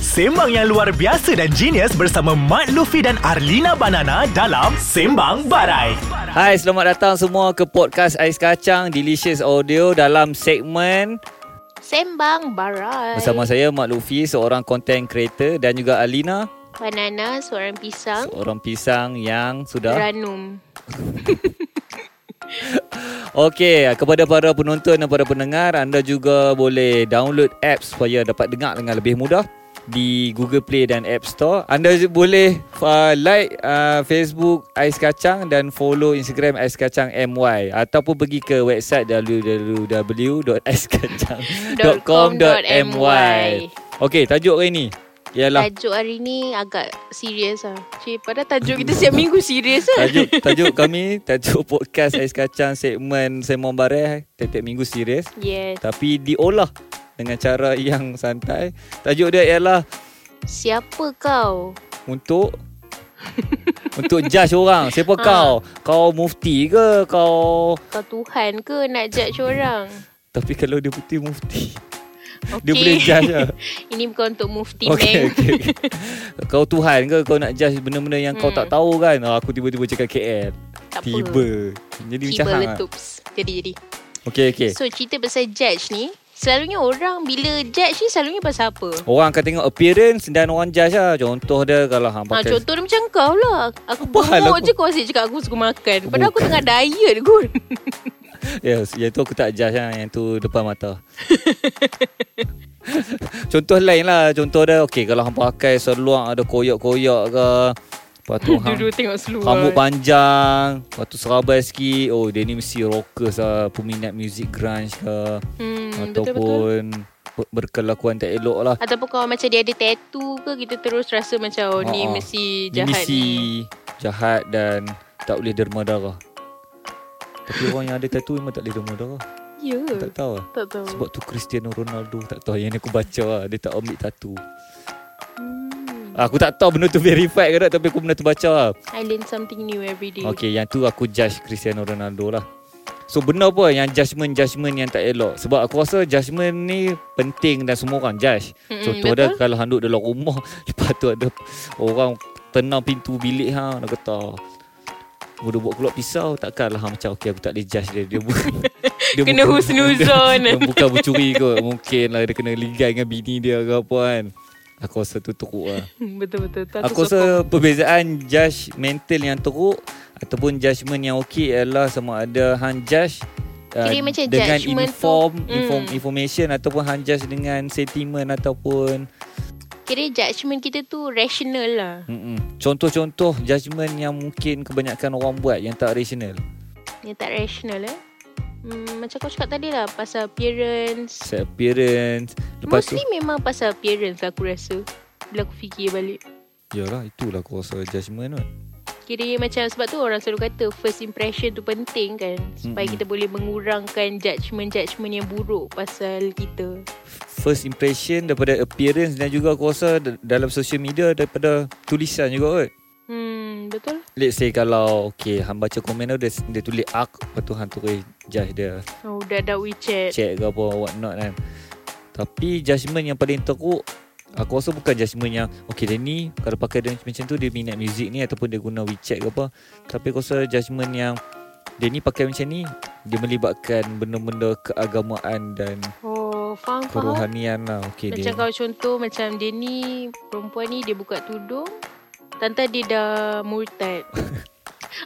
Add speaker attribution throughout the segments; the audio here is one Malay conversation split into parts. Speaker 1: Sembang yang luar biasa dan genius bersama Mat Luffy dan Arlina Banana dalam Sembang Barai.
Speaker 2: Hai, selamat datang semua ke podcast Ais Kacang Delicious Audio dalam segmen
Speaker 3: Sembang Barai
Speaker 2: bersama saya Mak Luffy, seorang content creator dan juga Alina,
Speaker 3: Banana Seorang Pisang
Speaker 2: seorang pisang yang sudah
Speaker 3: Ranum
Speaker 2: Okey, kepada para penonton dan para pendengar, anda juga boleh download apps supaya dapat dengar dengan lebih mudah di Google Play dan App Store. Anda juga boleh uh, like uh, Facebook Ais Kacang dan follow Instagram Ais Kacang MY ataupun pergi ke website www.aiskacang.com.my. Okey, tajuk hari ni ialah
Speaker 3: Tajuk hari ni agak serius lah Cik, padahal tajuk kita setiap minggu serius lah
Speaker 2: Tajuk tajuk kami Tajuk podcast Ais Kacang Segmen Semon Bareh Tiap-tiap minggu serius
Speaker 3: Yes
Speaker 2: Tapi diolah Dengan cara yang santai Tajuk dia ialah
Speaker 3: Siapa kau?
Speaker 2: Untuk Untuk judge orang Siapa
Speaker 3: Ha.
Speaker 2: kau Kau mufti ke Kau
Speaker 3: Kau Tuhan ke nak judge orang?
Speaker 2: Tapi kalau dia putih mufti
Speaker 3: Okay.
Speaker 2: Dia boleh judge lah
Speaker 3: Ini bukan untuk eh. mufti
Speaker 2: okay,
Speaker 3: okay.
Speaker 2: okay, okay. Kau Tuhan ke Kau nak judge benda-benda Yang kau
Speaker 3: Hmm.
Speaker 2: tak tahu kan Ah, Aku tiba-tiba cakap KL
Speaker 3: Tak apa
Speaker 2: Tiba Jadi
Speaker 3: Tiba
Speaker 2: macam hang lah.
Speaker 3: letups Jadi jadi
Speaker 2: Okay okay
Speaker 3: So cerita pasal judge ni Selalunya orang bila judge ni selalunya pasal apa?
Speaker 2: Orang akan tengok appearance dan orang judge lah. Contoh dia kalau hang
Speaker 3: Ha,
Speaker 2: pakai...
Speaker 3: contoh dia macam kau lah Aku
Speaker 2: Apa hal
Speaker 3: gemuk
Speaker 2: aku?
Speaker 3: je kau asyik cakap aku suka makan Padahal aku
Speaker 2: Bukan.
Speaker 3: tengah diet kot
Speaker 2: Yes, yang tu aku tak judge lah. Yang tu depan mata. contoh lain lah. Contoh dia, okay, kalau hang pakai seluar ada koyak-koyak ke. Lepas tu hang...
Speaker 3: Dulu tengok seluar
Speaker 2: Rambut panjang Lepas tu serabai sikit Oh dia ni mesti rockers lah Peminat music grunge ke
Speaker 3: hmm, Betul-betul
Speaker 2: Ataupun be- Berkelakuan tak elok lah
Speaker 3: Ataupun kalau macam dia ada tattoo ke Kita terus rasa macam oh,
Speaker 2: Ha,
Speaker 3: Ni
Speaker 2: ha.
Speaker 3: mesti
Speaker 2: Dia
Speaker 3: jahat
Speaker 2: mesti jahat dan tak boleh derma darah. Tapi orang yang ada tattoo memang tak boleh derma darah.
Speaker 3: ni Ya
Speaker 2: Tak
Speaker 3: yeah.
Speaker 2: tahu lah.
Speaker 3: Tak tahu
Speaker 2: Sebab tu Cristiano Ronaldo tak tahu yang ni aku baca lah. Dia tak ambil tattoo.
Speaker 3: hmm.
Speaker 2: Aku tak tahu benda tu verified ke tak tapi aku benda tu baca lah.
Speaker 3: I learn something new every day
Speaker 2: Okay yang tu aku judge Cristiano Ronaldo lah. So benda apa yang judgement-judgement yang tak elok Sebab aku rasa judgement ni penting dan semua orang judge
Speaker 3: Mm-mm,
Speaker 2: Contoh dia kalau handuk dalam rumah Lepas tu ada orang tenang pintu bilik hang Dia kata Bodoh buat keluar pisau Takkanlah hang macam Okay aku tak boleh judge dia Dia bukan dia
Speaker 3: Kena husnuzon.
Speaker 2: dia, dia bukan mencuri kot Mungkin lah dia kena ligai dengan bini dia ke apa kan Aku rasa tu teruk lah
Speaker 3: Hmm, Betul-betul tu
Speaker 2: Aku
Speaker 3: sokong.
Speaker 2: rasa perbezaan judge mental yang teruk Ataupun judgement yang okey Ialah sama ada hang judge uh,
Speaker 3: Kira macam
Speaker 2: dengan
Speaker 3: judgement tu-
Speaker 2: inform,
Speaker 3: Mm.
Speaker 2: inform information ataupun hang judge dengan sentiment ataupun
Speaker 3: Kira judgement kita tu rational lah
Speaker 2: Mm-mm. Contoh-contoh judgement yang mungkin kebanyakan orang buat yang tak rasional.
Speaker 3: Yang tak rational eh hmm, Macam kau cakap tadi lah Pasal appearance
Speaker 2: Set appearance. Lepas
Speaker 3: Mostly memang pasal appearance lah aku rasa Bila aku fikir balik
Speaker 2: tu, yalah itulah aku rasa judgement kot.
Speaker 3: Kira macam sebab tu orang selalu kata First impression tu penting kan Supaya
Speaker 2: Mm-mm.
Speaker 3: kita boleh mengurangkan judgement-judgement yang buruk pasal kita
Speaker 2: First impression daripada appearance dan juga aku rasa d- dalam social media daripada tulisan juga kot.
Speaker 3: Hmm betul
Speaker 2: Let's say kalau Okay Han baca komen tu Dia, dia tulis arc Lepas tu Han tulis Judge dia
Speaker 3: Oh dah ada WeChat
Speaker 2: Check ke apa What not kan Tapi judgement yang paling teruk Aku rasa bukan judgement yang Okay dia ni Kalau pakai dia macam tu Dia minat muzik ni Ataupun dia guna WeChat ke apa Tapi aku rasa judgement yang Dia ni pakai macam ni Dia melibatkan Benda-benda keagamaan Dan
Speaker 3: Oh faham faham
Speaker 2: kerohanian lah Okay
Speaker 3: Macam
Speaker 2: dia
Speaker 3: kau contoh macam dia ni Perempuan ni dia buka tudung Tante dia dah murtad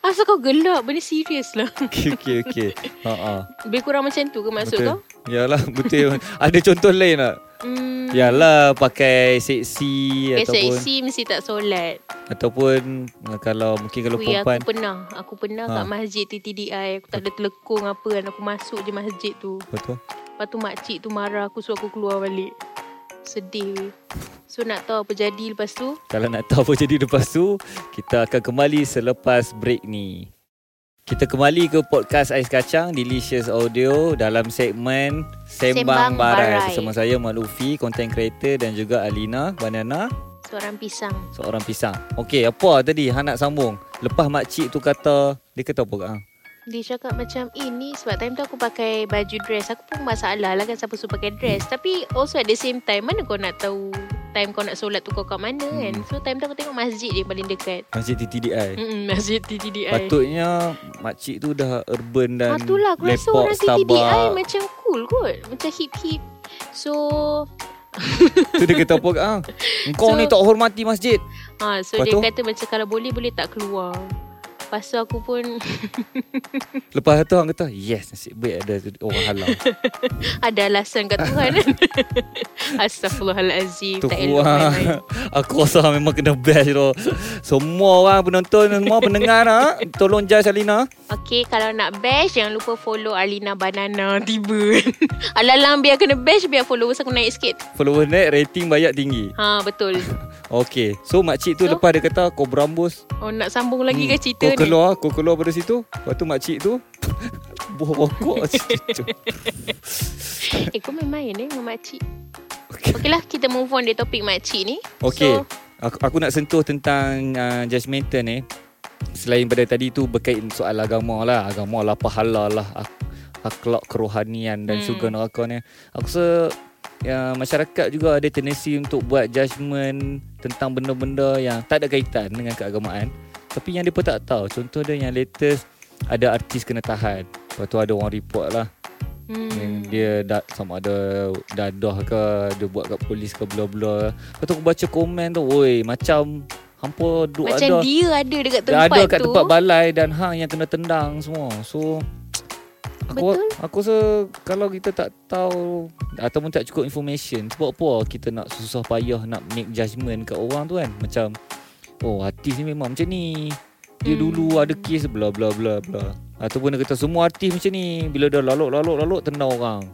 Speaker 3: Asal kau gelap Benda serius lah
Speaker 2: Okay okay okay Ha-ha.
Speaker 3: Lebih kurang macam tu ke maksud
Speaker 2: Betul.
Speaker 3: kau?
Speaker 2: Yalah betul Ada contoh lain tak
Speaker 3: Hmm,
Speaker 2: Yalah pakai seksi
Speaker 3: Biasa
Speaker 2: Ya, Ataupun
Speaker 3: IC mesti tak solat
Speaker 2: Ataupun uh, kalau mungkin kalau
Speaker 3: Ui,
Speaker 2: perempuan
Speaker 3: aku pernah Aku pernah
Speaker 2: Ha.
Speaker 3: ha. kat masjid TTDI Aku tak ada telekung apa kan Aku masuk je masjid tu
Speaker 2: apa tu?
Speaker 3: Lepas tu makcik tu marah aku Suruh aku keluar balik Sedih weh. So nak tahu apa jadi lepas tu
Speaker 2: Kalau nak tahu apa jadi lepas tu, kita akan kembali selepas break ni. Kita kembali ke podcast Ais Kacang Delicious Audio dalam segmen Sembang,
Speaker 3: Sembang
Speaker 2: Barai.
Speaker 3: Barai.
Speaker 2: Bersama saya Mak Luffy, content creator dan juga Alina Banana,
Speaker 3: Seorang pisang
Speaker 2: seorang pisang. Okey, apa tadi hang nak sambung? Lepas mak cik tu kata, dia kata apa kat hang?
Speaker 3: Dia cakap macam Eh ni sebab time tu aku pakai baju dress Aku pun masalah lah kan Siapa suruh pakai dress Tapi also at the same time Mana kau nak tahu time kau nak solat tu kau kat mana kan. So time tu aku tengok masjid dia paling dekat.
Speaker 2: Masjid TTDI.
Speaker 3: Mm-mm, masjid TTDI.
Speaker 2: Patutnya makcik tu dah urban dan
Speaker 3: Patutlah Ah, aku rasa
Speaker 2: lepak,
Speaker 3: orang kan, TTDI
Speaker 2: Starbucks.
Speaker 3: macam cool kot. Macam hip-hip. So
Speaker 2: Tu dia kata apa ah. Engkau
Speaker 3: So-
Speaker 2: ni tak hormati masjid.
Speaker 3: ha, so
Speaker 2: Lepas
Speaker 3: dia
Speaker 2: tu?
Speaker 3: kata macam kalau boleh boleh tak keluar. Lepas tu aku pun
Speaker 2: Lepas tu orang kata, "Yes, nasib baik ada Oh, orang halau."
Speaker 3: ada alasan kat Tuhan kan. Astagfirullahalazim.
Speaker 2: tu
Speaker 3: Tak elok
Speaker 2: wah.
Speaker 3: main-main.
Speaker 2: Aku rasa memang kena bash tu. Semua orang penonton semua pendengar ah, tolong judge Alina.
Speaker 3: Okay, kalau nak bash jangan lupa follow Alina Banana tiba. Alalang biar kena bash biar followers aku naik sikit.
Speaker 2: Followers naik, rating banyak tinggi.
Speaker 3: Ha, betul.
Speaker 2: Okey. So makcik tu
Speaker 3: So?
Speaker 2: lepas dia kata kau berambus. Hmm.
Speaker 3: Oh, nak sambung lagi ke cerita
Speaker 2: kau
Speaker 3: ni?
Speaker 2: keluar, kau keluar dari situ. Lepas tu makcik tu buah rokok situ.
Speaker 3: Eh, kau main main eh dengan makcik.
Speaker 2: Okey.
Speaker 3: Okeylah, lah, kita move on dari topik makcik ni.
Speaker 2: Okey.
Speaker 3: So,
Speaker 2: aku, aku nak sentuh tentang uh, judgemental ni. Selain pada tadi tu berkait soal agama lah, agama lah pahala lah, ak- akhlak kerohanian dan
Speaker 3: Hmm.
Speaker 2: hmm. syurga neraka ni. Aku rasa ya, masyarakat juga ada tendensi untuk buat judgement tentang benda-benda yang tak ada kaitan dengan keagamaan. Tapi yang mereka tak tahu. Contoh dia yang latest ada artis kena tahan. Lepas tu ada orang report lah yang
Speaker 3: hmm,
Speaker 2: dia da, sama ada dadah ke dia buat kat polis ke bla bla. Lepas tu aku baca komen tu, "Woi, macam hampa duk
Speaker 3: macam
Speaker 2: ada
Speaker 3: dia ada dekat
Speaker 2: dah
Speaker 3: tempat
Speaker 2: ada kat
Speaker 3: tu.
Speaker 2: tempat balai dan hang yang kena tendang semua." So aku
Speaker 3: Betul.
Speaker 2: aku rasa kalau kita tak tahu ataupun tak cukup information, sebab apa kita nak susah payah nak make judgement kat orang tu kan? Macam oh, artis ni memang macam ni. Dia
Speaker 3: Hmm.
Speaker 2: dulu ada kes bla bla bla bla. Ataupun dia kata semua artis macam ni Bila dah lalok-lalok-lalok Tendang orang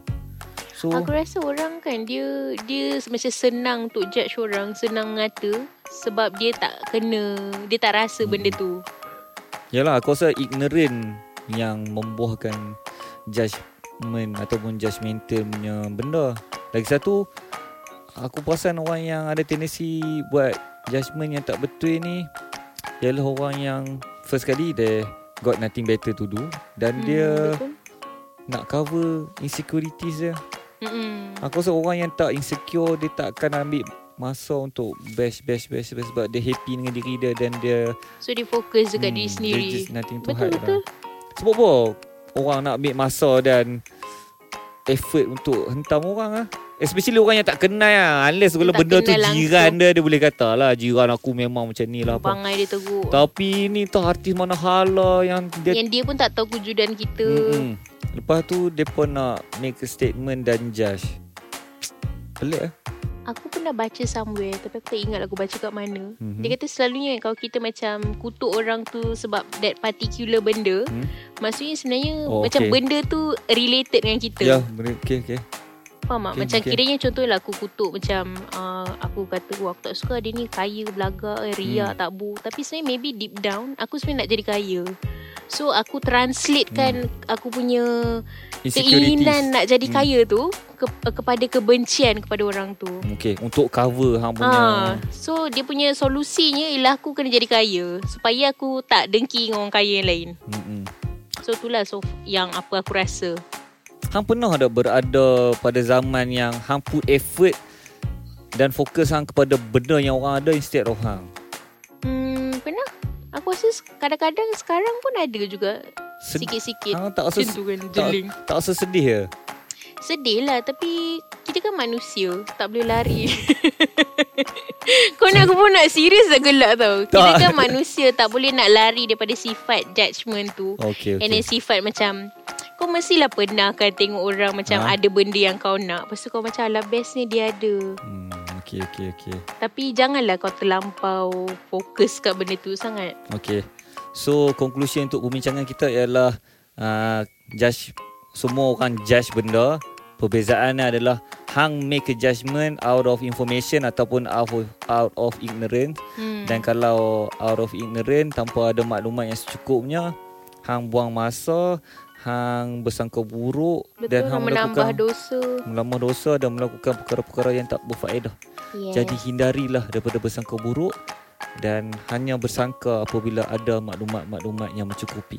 Speaker 2: So
Speaker 3: Aku rasa orang kan dia dia macam senang untuk judge orang, senang mengata sebab dia tak kena, dia tak rasa benda
Speaker 2: Hmm.
Speaker 3: tu.
Speaker 2: Yalah aku rasa ignorant yang membuahkan judgement ataupun judgemental punya benda. Lagi satu aku perasan orang yang ada tendensi buat judgement yang tak betul ni ialah orang yang first kali dia got nothing better to do dan hmm, dia
Speaker 3: betul.
Speaker 2: nak cover insecurities dia.
Speaker 3: Mm-mm.
Speaker 2: Aku rasa orang yang tak insecure Dia tak akan ambil masa untuk bash bash bash, bash sebab dia happy dengan diri dia dan dia
Speaker 3: So dia fokus dekat
Speaker 2: Hmm,
Speaker 3: diri sendiri.
Speaker 2: There's just nothing to
Speaker 3: Betul,
Speaker 2: hide
Speaker 3: betul.
Speaker 2: Lah. Sebab apa orang nak ambil masa dan effort untuk hentam orang lah. Especially orang yang tak kenal lah. Unless kalau
Speaker 3: tak
Speaker 2: benda tu
Speaker 3: kenal
Speaker 2: jiran
Speaker 3: langsung.
Speaker 2: dia, dia boleh kata lah jiran aku memang macam ni lah. Apa.
Speaker 3: Bangai dia teruk.
Speaker 2: Tapi ni tak artis mana hala yang dia...
Speaker 3: Yang dia pun tak tahu kewujudan kita. Mm-mm.
Speaker 2: Mm-mm. Lepas tu, dia pun nak make a statement dan judge. Pelik lah.
Speaker 3: Aku pernah baca somewhere tapi aku tak ingat aku baca kat mana.
Speaker 2: Mhm.
Speaker 3: Dia kata selalunya kan, kalau kita macam kutuk orang tu sebab that particular benda,
Speaker 2: Hmm.
Speaker 3: maksudnya sebenarnya
Speaker 2: Oh,
Speaker 3: macam
Speaker 2: okay.
Speaker 3: benda tu related dengan kita.
Speaker 2: Ya, boleh. okay, okay.
Speaker 3: Faham tak?
Speaker 2: Okay,
Speaker 3: macam
Speaker 2: okay.
Speaker 3: kiranya contohlah aku kutuk macam uh, aku kata wah aku tak suka dia ni kaya belagak eh,
Speaker 2: Mm.
Speaker 3: riak hmm. takbu. Tapi sebenarnya maybe deep down aku sebenarnya nak jadi kaya. So aku
Speaker 2: Mm.
Speaker 3: translatekan hmm. aku punya keinginan nak jadi
Speaker 2: Hmm.
Speaker 3: kaya tu ke, eh, kepada kebencian kepada orang tu.
Speaker 2: Okay, Mm, untuk cover hang punya...
Speaker 3: Ha, so dia punya solusinya ialah aku kena jadi kaya supaya aku tak dengki dengan orang kaya yang lain.
Speaker 2: Mm-mm.
Speaker 3: So itulah so yang apa aku rasa.
Speaker 2: Hang pernah ada berada pada zaman yang hang put effort dan fokus hang kepada benda yang orang ada instead of hang.
Speaker 3: Hmm, pernah? Aku rasa se- kadang-kadang sekarang pun ada juga sikit-sikit.
Speaker 2: Hang Ah, tak rasa
Speaker 3: Macam tu kan
Speaker 2: tak,
Speaker 3: jeling.
Speaker 2: tak rasa sedih ya?
Speaker 3: Sedih lah tapi kita kan manusia, tak boleh lari. Kau nak aku pun nak serius dah gelak tau. Kita
Speaker 2: Tak.
Speaker 3: kan manusia tak boleh nak lari daripada sifat judgement tu.
Speaker 2: Oh, Okey
Speaker 3: And then
Speaker 2: okey.
Speaker 3: sifat macam Kau mestilah pernah kan tengok orang Macam
Speaker 2: Ha?
Speaker 3: ada benda yang kau nak Lepas tu kau macam Alah bestnya dia ada
Speaker 2: Hmm, okey okey okey.
Speaker 3: Tapi janganlah kau terlampau Fokus kat benda tu sangat
Speaker 2: Okey. So conclusion untuk perbincangan kita ialah uh, judge semua orang judge benda. Perbezaannya adalah hang make a judgement out of information ataupun out of, out of ignorance.
Speaker 3: hmm.
Speaker 2: Dan kalau out of ignorant tanpa ada maklumat yang secukupnya, hang buang masa, hang bersangka buruk
Speaker 3: Betul
Speaker 2: dan
Speaker 3: dan
Speaker 2: hang
Speaker 3: menambah
Speaker 2: melakukan
Speaker 3: dosa
Speaker 2: menambah dosa dan melakukan perkara-perkara yang tak berfaedah.
Speaker 3: yes.
Speaker 2: Jadi hindarilah daripada bersangka buruk dan hanya bersangka apabila ada maklumat-maklumat yang mencukupi.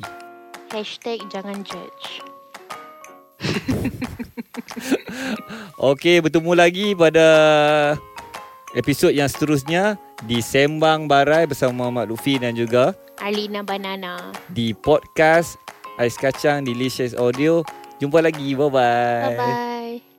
Speaker 3: Hashtag jangan judge
Speaker 2: Okey, bertemu lagi pada Episod yang seterusnya di Sembang Barai bersama Mak Luffy dan juga
Speaker 3: Alina Banana.
Speaker 2: di podcast Ais Kacang Delicious Audio. Jumpa lagi. Bye-bye.
Speaker 3: Bye-bye.